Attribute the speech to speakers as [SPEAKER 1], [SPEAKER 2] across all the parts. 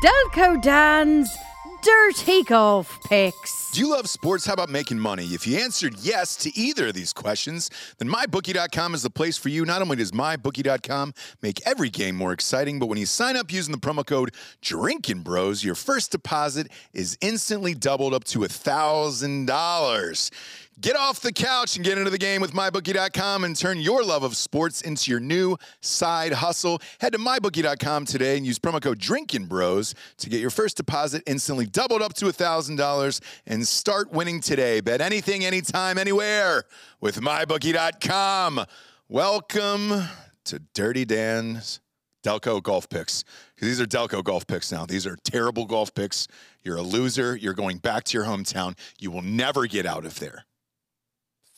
[SPEAKER 1] Delco Dan's Dirty Golf Picks.
[SPEAKER 2] Do you love sports? How about making money? If you answered yes to either of these questions, then MyBookie.com is the place for you. Not only does MyBookie.com make every game more exciting, but when you sign up using the promo code Drinking Bros, your first deposit is instantly doubled up to $1,000. Get off the couch and get into the game with MyBookie.com and turn your love of sports into your new side hustle. Head to MyBookie.com today and use promo code Drinking Bros to get your first deposit instantly doubled up to $1,000 and start winning today. Bet anything, anytime, anywhere with MyBookie.com. Welcome to Dirty Dan's Delco golf picks. 'Cause These are Delco golf picks now. These are terrible golf picks. You're a loser. You're going back to your hometown. You will never get out of there.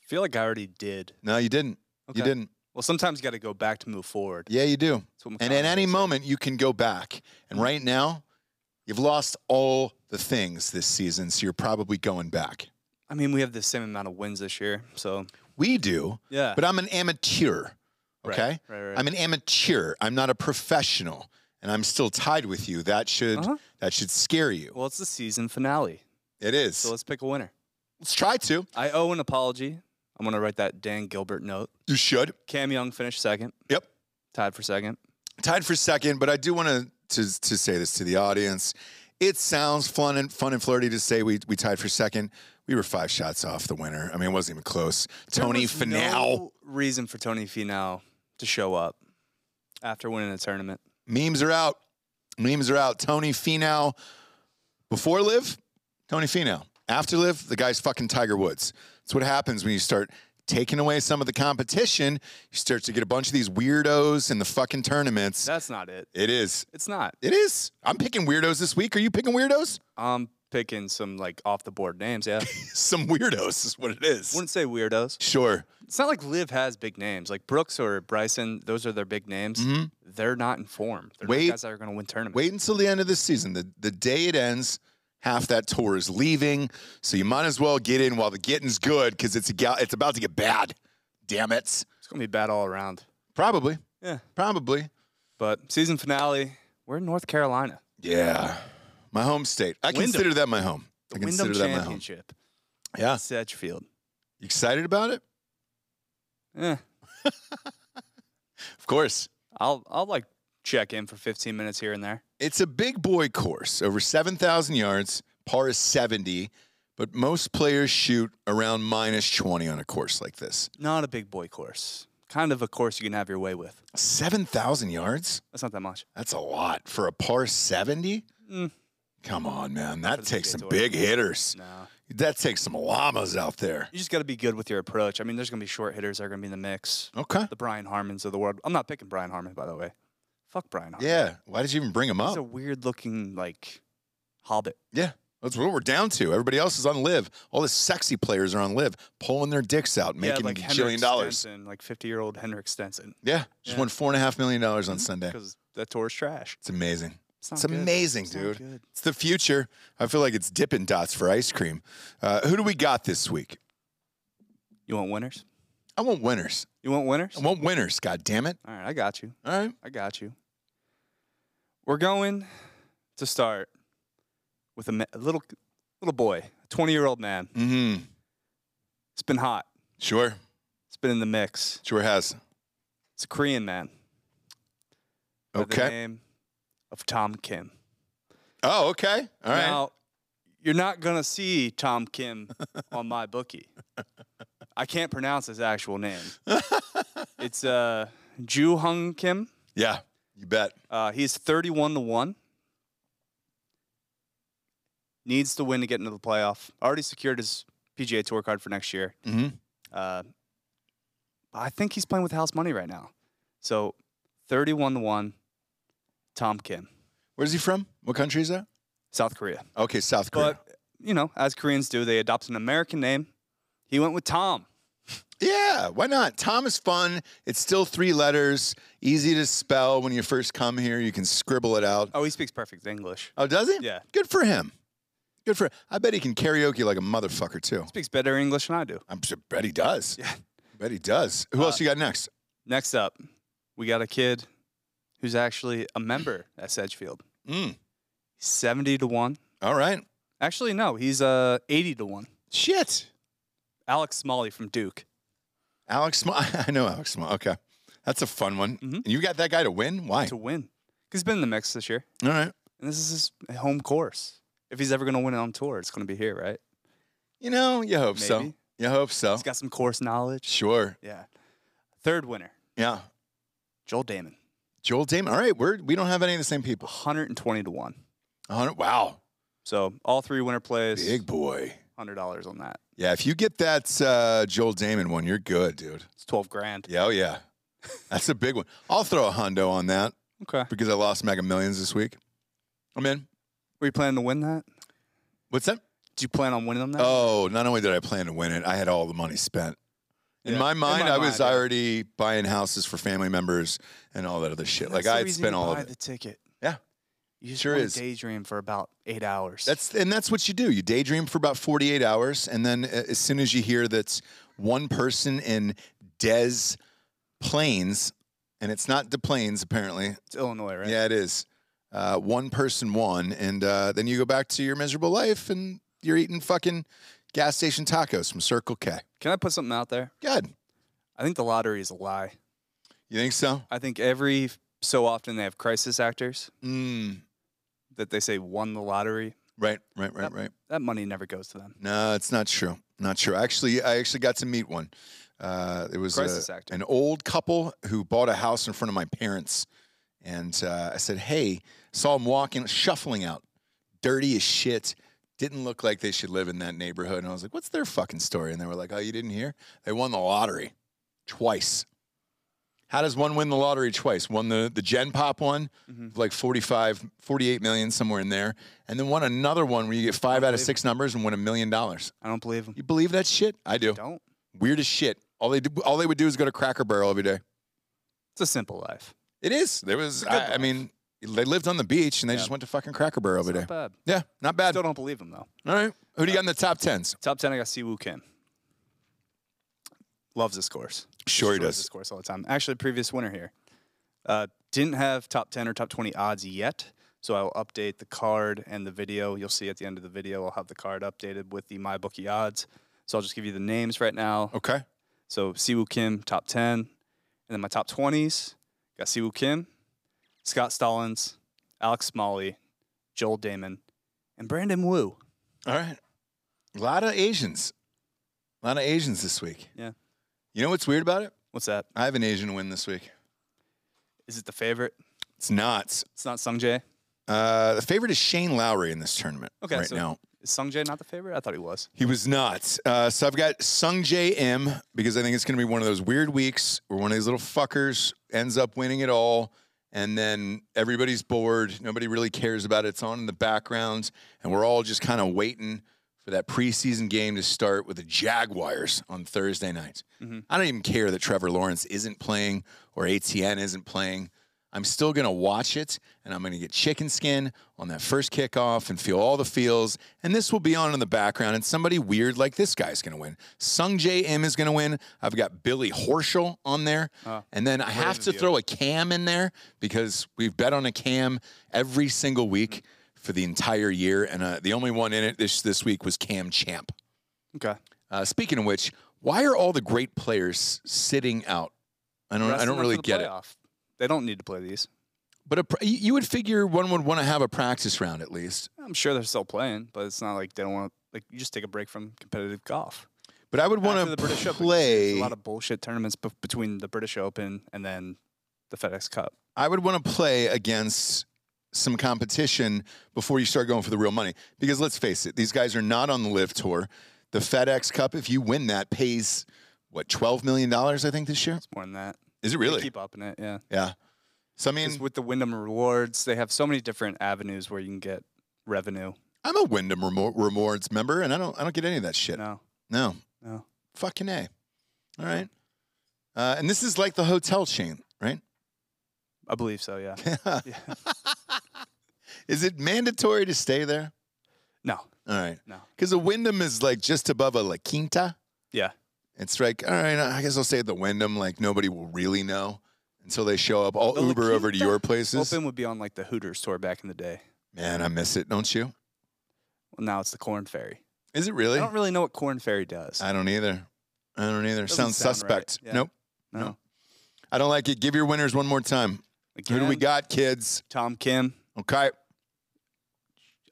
[SPEAKER 3] feel like I already did.
[SPEAKER 2] No, you didn't. You
[SPEAKER 3] Okay.
[SPEAKER 2] didn't.
[SPEAKER 3] Well, sometimes you got to go back to move forward.
[SPEAKER 2] Yeah, you do.
[SPEAKER 3] That's what
[SPEAKER 2] And
[SPEAKER 3] McConnell
[SPEAKER 2] at any
[SPEAKER 3] said.
[SPEAKER 2] moment, you can go back.
[SPEAKER 3] Mm-hmm.
[SPEAKER 2] And right now, you've lost all the things this season, so you're probably going back.
[SPEAKER 3] I mean, we have the same amount of wins this year, so
[SPEAKER 2] We do,
[SPEAKER 3] yeah.
[SPEAKER 2] but I'm an amateur.
[SPEAKER 3] Right,
[SPEAKER 2] Okay.
[SPEAKER 3] right, right.
[SPEAKER 2] I'm an amateur. I'm not a professional, and I'm still tied with you. That should
[SPEAKER 3] Uh-huh.
[SPEAKER 2] that should scare you.
[SPEAKER 3] well, it's the season finale,
[SPEAKER 2] it is.
[SPEAKER 3] so let's pick a winner.
[SPEAKER 2] let's try to.
[SPEAKER 3] I owe an apology. I'm gonna write that Dan Gilbert note.
[SPEAKER 2] You should.
[SPEAKER 3] Cam Young finished second,
[SPEAKER 2] Yep.
[SPEAKER 3] tied for second.
[SPEAKER 2] tied for second, but I do want to to to say this to the audience. It sounds fun and fun and flirty to say we we tied for second. We were five shots off the winner. I mean, it wasn't even close.
[SPEAKER 3] There
[SPEAKER 2] Tony
[SPEAKER 3] was
[SPEAKER 2] Finau.
[SPEAKER 3] No reason for Tony Finau to show up after winning a tournament.
[SPEAKER 2] Memes are out. Memes are out. Tony Finau. Before live, Tony Finau. After live, the guy's fucking Tiger Woods. That's what happens when you start taking away some of the competition. You start to get a bunch of these weirdos in the fucking tournaments.
[SPEAKER 3] That's not it.
[SPEAKER 2] It is.
[SPEAKER 3] It's not.
[SPEAKER 2] It is. I'm picking weirdos this week. Are you picking weirdos?
[SPEAKER 3] I'm picking some like off the board names. Yeah,
[SPEAKER 2] some weirdos is what it is.
[SPEAKER 3] wouldn't say weirdos.
[SPEAKER 2] Sure.
[SPEAKER 3] It's not like Liv has big names. Like Brooks or Bryson, those are their big names.
[SPEAKER 2] Mm-hmm.
[SPEAKER 3] They're not informed. They're
[SPEAKER 2] Wait-
[SPEAKER 3] not guys that are going to win tournaments.
[SPEAKER 2] Wait until the end of the season. The the day it ends, half that tour is leaving, so you might as well get in while the getting's good because it's a gal- it's about to get bad. Damn it.
[SPEAKER 3] It's going to be bad all around.
[SPEAKER 2] Probably.
[SPEAKER 3] Yeah.
[SPEAKER 2] Probably.
[SPEAKER 3] But season finale, we're in North Carolina.
[SPEAKER 2] Yeah. My home state. I
[SPEAKER 3] Wyndham.
[SPEAKER 2] consider that my home. I
[SPEAKER 3] The
[SPEAKER 2] consider that
[SPEAKER 3] Wyndham
[SPEAKER 2] my home. Ah.
[SPEAKER 3] Championship.
[SPEAKER 2] Yeah.
[SPEAKER 3] Sedgefield.
[SPEAKER 2] You excited about it?
[SPEAKER 3] Eh,
[SPEAKER 2] Of course.
[SPEAKER 3] I'll, I'll like check in for 15 minutes here and there.
[SPEAKER 2] It's a big boy course, over 7,000 yards. Par is 70, but most players shoot around minus 20 on a course like this.
[SPEAKER 3] Not a big boy course. Kind of a course you can have your way with.
[SPEAKER 2] 7,000 yards?
[SPEAKER 3] That's not that much.
[SPEAKER 2] That's a lot for a par 70.
[SPEAKER 3] Mm.
[SPEAKER 2] Come on, man.
[SPEAKER 3] for
[SPEAKER 2] That
[SPEAKER 3] the
[SPEAKER 2] takes
[SPEAKER 3] PGA
[SPEAKER 2] some
[SPEAKER 3] Tour.
[SPEAKER 2] big hitters.
[SPEAKER 3] No.
[SPEAKER 2] That takes some llamas out there.
[SPEAKER 3] You just got to be good with your approach. I mean, there's going to be short hitters that are going to be in the mix.
[SPEAKER 2] Okay.
[SPEAKER 3] The Brian Harmons of the world. I'm not picking Brian Harmon, by the way. Fuck Brian Harmon.
[SPEAKER 2] Yeah. Why did you even bring them
[SPEAKER 3] He's a
[SPEAKER 2] up?
[SPEAKER 3] weird looking like hobbit.
[SPEAKER 2] Yeah. That's what we're down to. Everybody else is on live. All the sexy players are on live, pulling their dicks out, making a
[SPEAKER 3] Henrik
[SPEAKER 2] jillion dollars.
[SPEAKER 3] Stenson, like fifty year old Henrik Stenson.
[SPEAKER 2] Yeah. Just
[SPEAKER 3] Yeah. Mm-hmm.
[SPEAKER 2] won four and a half million dollars on Sunday.
[SPEAKER 3] Because that tour is trash.
[SPEAKER 2] It's amazing.
[SPEAKER 3] not
[SPEAKER 2] It's
[SPEAKER 3] good.
[SPEAKER 2] amazing,
[SPEAKER 3] It's not
[SPEAKER 2] dude.
[SPEAKER 3] good.
[SPEAKER 2] It's the future. I feel like it's dipping dots for ice cream. Uh, who do we got this week?
[SPEAKER 3] You want winners?
[SPEAKER 2] I want winners.
[SPEAKER 3] You want winners?
[SPEAKER 2] I want winners. God damn it.
[SPEAKER 3] All right, I got you.
[SPEAKER 2] All right.
[SPEAKER 3] I got you. We're going to start with a, ma- a little little boy, a twenty year old man.
[SPEAKER 2] Mm-hmm.
[SPEAKER 3] It's been hot.
[SPEAKER 2] Sure.
[SPEAKER 3] It's been in the mix.
[SPEAKER 2] Sure has.
[SPEAKER 3] It's a Korean man. by the
[SPEAKER 2] Okay.
[SPEAKER 3] name of Tom Kim.
[SPEAKER 2] Oh, okay. All right.
[SPEAKER 3] Now, you're not gonna see Tom Kim on my bookie. I can't pronounce his actual name. it's uh, Ju Hung Kim.
[SPEAKER 2] yeah, you bet.
[SPEAKER 3] Uh, he's 31 to one. Needs to win to get into the playoff. Already secured his PGA Tour card for next year.
[SPEAKER 2] Mm-hmm.
[SPEAKER 3] Uh, I think he's playing with house money right now. So, 31 to one. Tom Kim,
[SPEAKER 2] Where's he from? What country is that?
[SPEAKER 3] South Korea.
[SPEAKER 2] Okay, South Korea.
[SPEAKER 3] But you know, as Koreans do, they adopt an American name. He went with Tom.
[SPEAKER 2] yeah, why not? Tom is fun. It's still three letters, easy to spell when you first come here. You can scribble it out.
[SPEAKER 3] Oh, he speaks perfect English.
[SPEAKER 2] Oh, does he?
[SPEAKER 3] Yeah.
[SPEAKER 2] Good for him. Good for. I bet he can karaoke like a motherfucker too.
[SPEAKER 3] Speaks better English than I do.
[SPEAKER 2] I'm sure, bet he does.
[SPEAKER 3] Yeah. Uh,
[SPEAKER 2] Bet he does. Who else you got next?
[SPEAKER 3] Next up, we got a kid who's actually a member at Sedgefield.
[SPEAKER 2] Mm.
[SPEAKER 3] seventy to one.
[SPEAKER 2] All right.
[SPEAKER 3] Actually, no, he's uh eighty to one.
[SPEAKER 2] Shit.
[SPEAKER 3] Alex Smalley from Duke.
[SPEAKER 2] Alex Small. I know Alex Small. Okay. That's a fun one.
[SPEAKER 3] Mhm.
[SPEAKER 2] You got that guy to win? Why?
[SPEAKER 3] to win. He's been in the mix this year,
[SPEAKER 2] All right.
[SPEAKER 3] and this is his home course. If he's ever going to win it on tour, it's going to be here, right?
[SPEAKER 2] You know, you hope so.
[SPEAKER 3] Maybe.
[SPEAKER 2] You hope so.
[SPEAKER 3] He's got some course knowledge.
[SPEAKER 2] Sure.
[SPEAKER 3] Yeah. Third winner,
[SPEAKER 2] Yeah.
[SPEAKER 3] Joel Damon,
[SPEAKER 2] Joel Damon. All right. We're, we don't have any of the same people.
[SPEAKER 3] 120 to 1.
[SPEAKER 2] 100. Wow.
[SPEAKER 3] So all three winner plays,
[SPEAKER 2] Big boy.
[SPEAKER 3] $100 on that.
[SPEAKER 2] Yeah. If you get that uh, Joel Damon one, you're good, dude.
[SPEAKER 3] It's 12 grand.
[SPEAKER 2] Yeah. Oh, yeah. That's a big one. I'll throw a hundo on that
[SPEAKER 3] Okay.
[SPEAKER 2] because I lost Mega Millions this week. I'm in.
[SPEAKER 3] Were you planning to win that?
[SPEAKER 2] What's that?
[SPEAKER 3] Did you plan on winning them that?
[SPEAKER 2] Oh, not only did I plan to win it, I had all the money spent. In
[SPEAKER 3] Yeah.
[SPEAKER 2] my
[SPEAKER 3] In
[SPEAKER 2] mind,
[SPEAKER 3] my
[SPEAKER 2] I was
[SPEAKER 3] mind, yeah.
[SPEAKER 2] already buying houses for family members and all that other shit. like I had spent all of it.
[SPEAKER 3] the ticket.
[SPEAKER 2] Yeah.
[SPEAKER 3] You just
[SPEAKER 2] Sure
[SPEAKER 3] wanna
[SPEAKER 2] is.
[SPEAKER 3] daydream for about eight hours.
[SPEAKER 2] That's and that's what you do. You daydream for about 48 hours, and then a- as soon as you hear that's one person in Des Plaines, and it's not Des Plaines apparently.
[SPEAKER 3] it's Illinois, right?
[SPEAKER 2] Yeah, it is. Uh, one person won, and uh, then you go back to your miserable life, and you're eating fucking gas station tacos from Circle K.
[SPEAKER 3] Can I put something out there?
[SPEAKER 2] Good.
[SPEAKER 3] I think the lottery is a lie.
[SPEAKER 2] You think so?
[SPEAKER 3] I think every f- so often they have crisis actors
[SPEAKER 2] Mm.
[SPEAKER 3] that they say won the lottery.
[SPEAKER 2] Right, right, right,
[SPEAKER 3] Yep.
[SPEAKER 2] right.
[SPEAKER 3] That money never goes to them.
[SPEAKER 2] No, it's not true. Not true. Actually, I actually got to meet one. Uh, it was a-
[SPEAKER 3] Crisis actor.
[SPEAKER 2] an old couple who bought a house in front of my parents, and uh, I said, "Hey," saw them walking, shuffling out, dirty as shit. Didn't look like they should live in that neighborhood. And I was like, "What's their fucking story?" And they were like, "Oh, you didn't hear? They won the lottery twice." How does one win the lottery twice? Won the, the Gen Pop one,
[SPEAKER 3] Mhm.
[SPEAKER 2] like 45, 48 million, somewhere in there. And then won another one where you get five out of
[SPEAKER 3] Unbelievable.
[SPEAKER 2] six numbers and win a million dollars.
[SPEAKER 3] I don't believe them.
[SPEAKER 2] You believe that shit? I do.
[SPEAKER 3] Don't.
[SPEAKER 2] Weird as shit. All they do, all they would do is go to Cracker Barrel every day.
[SPEAKER 3] It's a simple life.
[SPEAKER 2] It is. There was. I, I mean, they lived on the beach and they
[SPEAKER 3] Yeah.
[SPEAKER 2] just went to fucking Cracker Barrel
[SPEAKER 3] It's
[SPEAKER 2] every day.
[SPEAKER 3] not bad.
[SPEAKER 2] Yeah, not bad.
[SPEAKER 3] Still don't believe them though.
[SPEAKER 2] all right. Who do you got in the top tens?
[SPEAKER 3] Top ten, I got Siwoo Kim. Loves this course.
[SPEAKER 2] Sure he
[SPEAKER 3] Destroys
[SPEAKER 2] does.
[SPEAKER 3] This course all the time. Actually, previous winner here. Uh, didn't have top ten or top twenty odds yet, so I will update the card and the video. You'll see at the end of the video, I'll have the card updated with the MyBookie odds. So I'll just give you the names right now.
[SPEAKER 2] Okay.
[SPEAKER 3] So Siwoo Kim, top 10. And then my top 20s got Siwoo Kim, Scott Stallings, Alex Smalley, Joel Damon, and Brandon Wu.
[SPEAKER 2] All right. A lot of Asians. A lot of Asians this week.
[SPEAKER 3] Yeah.
[SPEAKER 2] You know what's weird about it?
[SPEAKER 3] What's that?
[SPEAKER 2] I have an Asian win this week.
[SPEAKER 3] Is it the favorite?
[SPEAKER 2] It's not.
[SPEAKER 3] It's not Sungjae.
[SPEAKER 2] Uh, the favorite is Shane Lowry in this tournament
[SPEAKER 3] Okay,
[SPEAKER 2] right
[SPEAKER 3] so-
[SPEAKER 2] now.
[SPEAKER 3] Is Sungjae not the favorite? I thought he was.
[SPEAKER 2] He was not. Uh, so I've got Sung J M because I think it's going to be one of those weird weeks where one of these little fuckers ends up winning it all. And then everybody's bored. Nobody really cares about it. It's on in the background. And we're all just kind of waiting for that preseason game to start with the Jaguars on Thursday night.
[SPEAKER 3] Mhm.
[SPEAKER 2] I don't even care that Trevor Lawrence isn't playing or ATN isn't playing. I'm still going to watch it and I'm going to get chicken skin on that first kickoff and feel all the feels. And this will be on in the background. And somebody weird like this guy's going to win. Sung J M is going to win. I've got Billy Horschel on there.
[SPEAKER 3] Ah,
[SPEAKER 2] and then I have
[SPEAKER 3] of
[SPEAKER 2] to
[SPEAKER 3] you.
[SPEAKER 2] throw a cam in there because we've bet on a cam every single week for the entire year. And uh, the only one in it this, this week was Cam Champ.
[SPEAKER 3] Okay.
[SPEAKER 2] Uh, speaking of which, why are all the great players sitting out? I don't. I don't really get it.
[SPEAKER 3] They don't need to play these.
[SPEAKER 2] But a, pr- you you would figure one would want to have a practice round at least.
[SPEAKER 3] I'm sure they're still playing, but it's not like they don't want to. Like you just take a break from competitive golf.
[SPEAKER 2] But I would
[SPEAKER 3] After
[SPEAKER 2] want
[SPEAKER 3] the
[SPEAKER 2] to
[SPEAKER 3] British Open,
[SPEAKER 2] play.
[SPEAKER 3] there's a lot of bullshit tournaments bef- between the British Open and then the FedEx Cup.
[SPEAKER 2] I would want to play against some competition before you start going for the real money. Because let's face it, these guys are not on the live tour. The FedEx Cup, if you win that, pays what twelve million dollars? I think this year.
[SPEAKER 3] It's more than that.
[SPEAKER 2] Is it
[SPEAKER 3] They
[SPEAKER 2] really?
[SPEAKER 3] keep up in it, yeah.
[SPEAKER 2] Yeah. So I
[SPEAKER 3] 'Cause
[SPEAKER 2] mean,
[SPEAKER 3] with the Wyndham Rewards, they have so many different avenues where you can get revenue.
[SPEAKER 2] I'm a Wyndham Remo- Rewards member, and I don't. I don't get any of that shit.
[SPEAKER 3] You know,
[SPEAKER 2] No.
[SPEAKER 3] No.
[SPEAKER 2] Fucking A. All right. Uh, and this is like the hotel chain, right?
[SPEAKER 3] I believe so. Yeah. yeah.
[SPEAKER 2] is it mandatory to stay there?
[SPEAKER 3] No.
[SPEAKER 2] All right.
[SPEAKER 3] No.
[SPEAKER 2] Because the Wyndham is like just above a La Quinta.
[SPEAKER 3] Yeah.
[SPEAKER 2] It's like, all right, I guess I'll stay at the Wyndham. Like nobody will really know until they show up. I'll
[SPEAKER 3] The La
[SPEAKER 2] Uber over to
[SPEAKER 3] Quinta?
[SPEAKER 2] your places.
[SPEAKER 3] Open would be on like the Hooters tour back in the day.
[SPEAKER 2] Man, I miss it, don't you?
[SPEAKER 3] Well, now it's the Corn Fairy.
[SPEAKER 2] Is it really?
[SPEAKER 3] I don't really know what Corn Fairy does.
[SPEAKER 2] I don't either. I don't either.
[SPEAKER 3] Doesn't
[SPEAKER 2] Sounds
[SPEAKER 3] sound right.
[SPEAKER 2] suspect.
[SPEAKER 3] Yeah.
[SPEAKER 2] Nope.
[SPEAKER 3] no.
[SPEAKER 2] I don't like it. Give your winners one more time. Who do we
[SPEAKER 3] Again,
[SPEAKER 2] got, kids?
[SPEAKER 3] Tom Kim
[SPEAKER 2] Okay.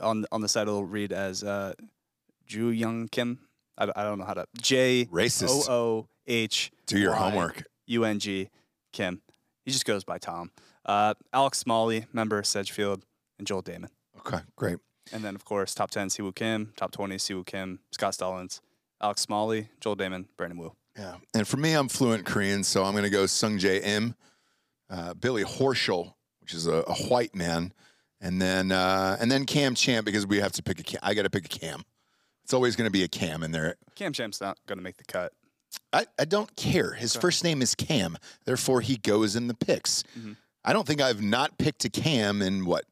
[SPEAKER 3] on on the side. It'll read as uh, Ju Young Kim. I, I don't know how to J
[SPEAKER 2] Racist.
[SPEAKER 3] O O H
[SPEAKER 2] Do your
[SPEAKER 3] Y.
[SPEAKER 2] homework.
[SPEAKER 3] U N G Kim. He just goes by Tom. Uh, Alex Smalley, member of Sedgefield, and Joel Damon.
[SPEAKER 2] Okay, great.
[SPEAKER 3] And then, of course, top 10, Siwoo Kim, top 20, Siwoo Kim, Scott Stallings, Alex Smalley, Joel Damon, Brandon Wu.
[SPEAKER 2] Yeah. And for me, I'm fluent Korean, so I'm going to go Sung J M, uh, Billy Horschel, which is a, a white man, and then uh, and then Cam Champ because we have to pick a cam. I got to pick a cam. It's always going to be a cam in there.
[SPEAKER 3] Cam Champ's not going to make the cut.
[SPEAKER 2] I, I don't care. His first name is Cam, therefore he goes in the picks.
[SPEAKER 3] Mhm.
[SPEAKER 2] I don't think I've not picked a Cam in what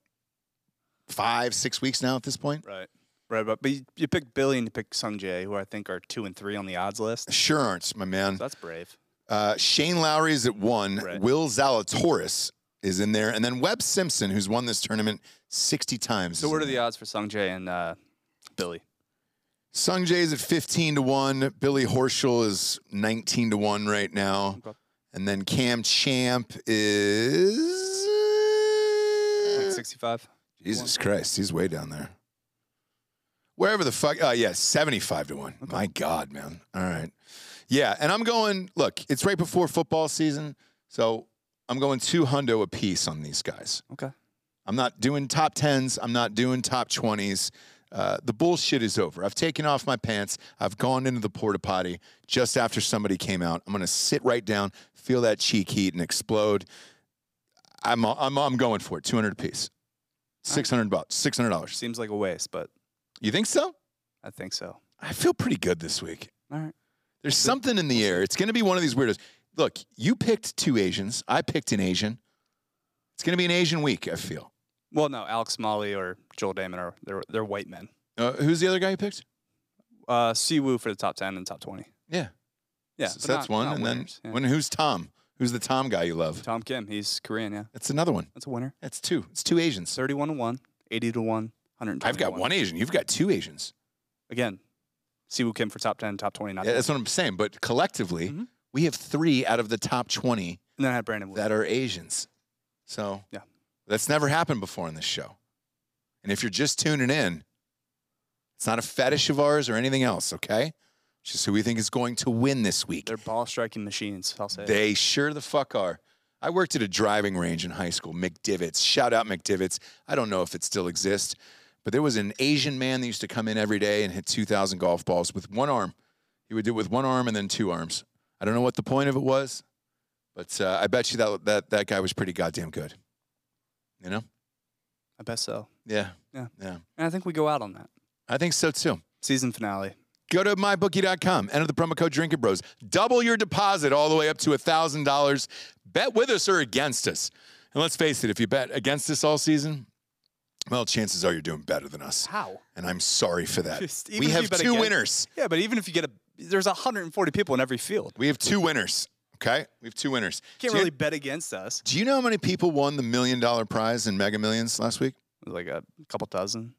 [SPEAKER 2] five, six weeks now at this point.
[SPEAKER 3] Right. Right. But, but you, you pick Billy and you pick Sung Jae, who I think are two and three on the odds list.
[SPEAKER 2] Sure aren't, my man.
[SPEAKER 3] So that's brave.
[SPEAKER 2] Uh, Shane Lowry is at one.
[SPEAKER 3] Right.
[SPEAKER 2] Will Zalatoris is in there, and then Webb Simpson, who's won this tournament sixty times.
[SPEAKER 3] So,
[SPEAKER 2] is
[SPEAKER 3] what
[SPEAKER 2] in
[SPEAKER 3] are the
[SPEAKER 2] there.
[SPEAKER 3] odds for Sung Jae and uh, Billy?
[SPEAKER 2] Sung Jae's at fifteen to one. Billy Horschel is nineteen to one right now,
[SPEAKER 3] Okay.
[SPEAKER 2] and then Cam Champ is
[SPEAKER 3] Like 65?
[SPEAKER 2] Jesus Christ, he's way down there. Wherever the fuck, oh yeah, seventy-five to one. My God, man. All right, yeah, and I'm going. Look, it's right before football season, so I'm going two hundo a piece on these guys.
[SPEAKER 3] Okay.
[SPEAKER 2] I'm not doing top tens. I'm not doing top twenties. Uh, the bullshit is over. I've taken off my pants. I've gone into the porta potty just after somebody came out. I'm gonna sit right down, feel that cheek heat, and explode. I'm I'm I'm going for it. Two hundred apiece. Six hundred bucks. Six hundred dollars.
[SPEAKER 3] Seems like a waste, but
[SPEAKER 2] You think so?
[SPEAKER 3] I think so.
[SPEAKER 2] I feel pretty good this week.
[SPEAKER 3] All right.
[SPEAKER 2] There's something in the air. It's gonna be one of these weirdos. Look, you picked two Asians. I picked an Asian. It's gonna be an Asian week. I feel.
[SPEAKER 3] Well, no, Alex Smalley or Joel Damon are they're, they're white men.
[SPEAKER 2] Uh, who's the other guy you picked?
[SPEAKER 3] Uh, Siwoo for the top 10 and top 20.
[SPEAKER 2] Yeah.
[SPEAKER 3] Yeah.
[SPEAKER 2] So
[SPEAKER 3] but
[SPEAKER 2] that's
[SPEAKER 3] not-
[SPEAKER 2] one.
[SPEAKER 3] not
[SPEAKER 2] and
[SPEAKER 3] winners. Yeah.
[SPEAKER 2] then when who's Tom? Who's the Tom guy you love?
[SPEAKER 3] Tom Kim, he's Korean, yeah.
[SPEAKER 2] That's another one.
[SPEAKER 3] That's a winner.
[SPEAKER 2] That's two. It's two Asians.
[SPEAKER 3] 31 to 1, 80 to 1, 120
[SPEAKER 2] I've
[SPEAKER 3] to
[SPEAKER 2] got one Asian. You've got two Asians.
[SPEAKER 3] Again, Siwoo Kim for top 10, top 20, not
[SPEAKER 2] Yeah, that's what I'm saying. But collectively,
[SPEAKER 3] Mhm.
[SPEAKER 2] we have three out of the top 20
[SPEAKER 3] And then I had Brandon Wood.
[SPEAKER 2] that are Asians. So
[SPEAKER 3] Yeah.
[SPEAKER 2] that's never happened before on this show. And if you're just tuning in, it's not a fetish of ours or anything else, okay? It's just who we think is going to win this week.
[SPEAKER 3] They're ball striking machines, I'll say.
[SPEAKER 2] They sure the fuck are. I worked at a driving range in high school, McDivitt's. Shout out McDivitt's. I don't know if it still exists, but there was an Asian man that used to come in every day and hit 2,000 golf balls with one arm. He would do it with one arm and then two arms. I don't know what the point of it was, but uh, I bet you that, that that guy was pretty goddamn good. You know?
[SPEAKER 3] I bet so.
[SPEAKER 2] Yeah.
[SPEAKER 3] Yeah.
[SPEAKER 2] Yeah.
[SPEAKER 3] And I think we go out on that.
[SPEAKER 2] I think so too.
[SPEAKER 3] Season finale.
[SPEAKER 2] Go to mybookie.com, enter the promo code Drinking Bros. Double your deposit all the way up to $1,000. Bet with us or against us. And let's face it, if you bet against us all season, well, chances are you're doing better than us.
[SPEAKER 3] How?
[SPEAKER 2] And I'm sorry for that.
[SPEAKER 3] Just- even
[SPEAKER 2] we
[SPEAKER 3] if
[SPEAKER 2] have
[SPEAKER 3] you bet
[SPEAKER 2] two
[SPEAKER 3] against-
[SPEAKER 2] winners.
[SPEAKER 3] Yeah, but even if you get a, there's 140 people in every field.
[SPEAKER 2] We have two winners. Okay? We have two winners.
[SPEAKER 3] Can't
[SPEAKER 2] do,
[SPEAKER 3] really
[SPEAKER 2] you,
[SPEAKER 3] bet against us.
[SPEAKER 2] do you know how many people won the million dollar prize in Mega Millions last week?
[SPEAKER 3] Like a couple dozen,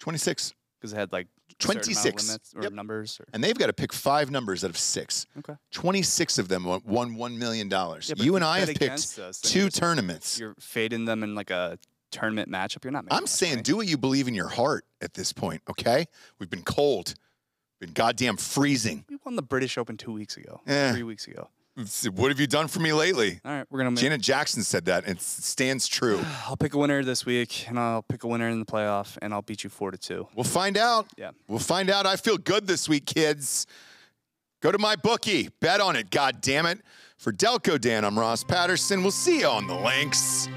[SPEAKER 2] 26.
[SPEAKER 3] because it had like a certain amount of
[SPEAKER 2] 26.
[SPEAKER 3] limits or
[SPEAKER 2] Yep.
[SPEAKER 3] numbers. Or,
[SPEAKER 2] And they've got to pick five numbers out of six.
[SPEAKER 3] okay.
[SPEAKER 2] 26 of them won $1 million.
[SPEAKER 3] Yeah, but if
[SPEAKER 2] you and I
[SPEAKER 3] bet
[SPEAKER 2] have picked
[SPEAKER 3] against us, then
[SPEAKER 2] two
[SPEAKER 3] you're-
[SPEAKER 2] tournaments.
[SPEAKER 3] You're fading them in like a tournament matchup. You're not. Making
[SPEAKER 2] I'm
[SPEAKER 3] much
[SPEAKER 2] saying
[SPEAKER 3] money.
[SPEAKER 2] do what you believe in your heart at this point, okay? We've been cold, been goddamn freezing.
[SPEAKER 3] we won the British Open two weeks ago,
[SPEAKER 2] Yeah.
[SPEAKER 3] three weeks ago.
[SPEAKER 2] It's- What have you done for me lately?
[SPEAKER 3] All right, we're gonna make.
[SPEAKER 2] Janet Jackson said that, and it stands true.
[SPEAKER 3] I'll pick a winner this week, and I'll pick a winner in the playoff, and I'll beat you four to two.
[SPEAKER 2] We'll find out.
[SPEAKER 3] Yeah.
[SPEAKER 2] We'll find out. I feel good this week, kids. Go to my bookie. Bet on it, god damn it. For Delco Dan, I'm Ross Patterson. We'll see you on the links.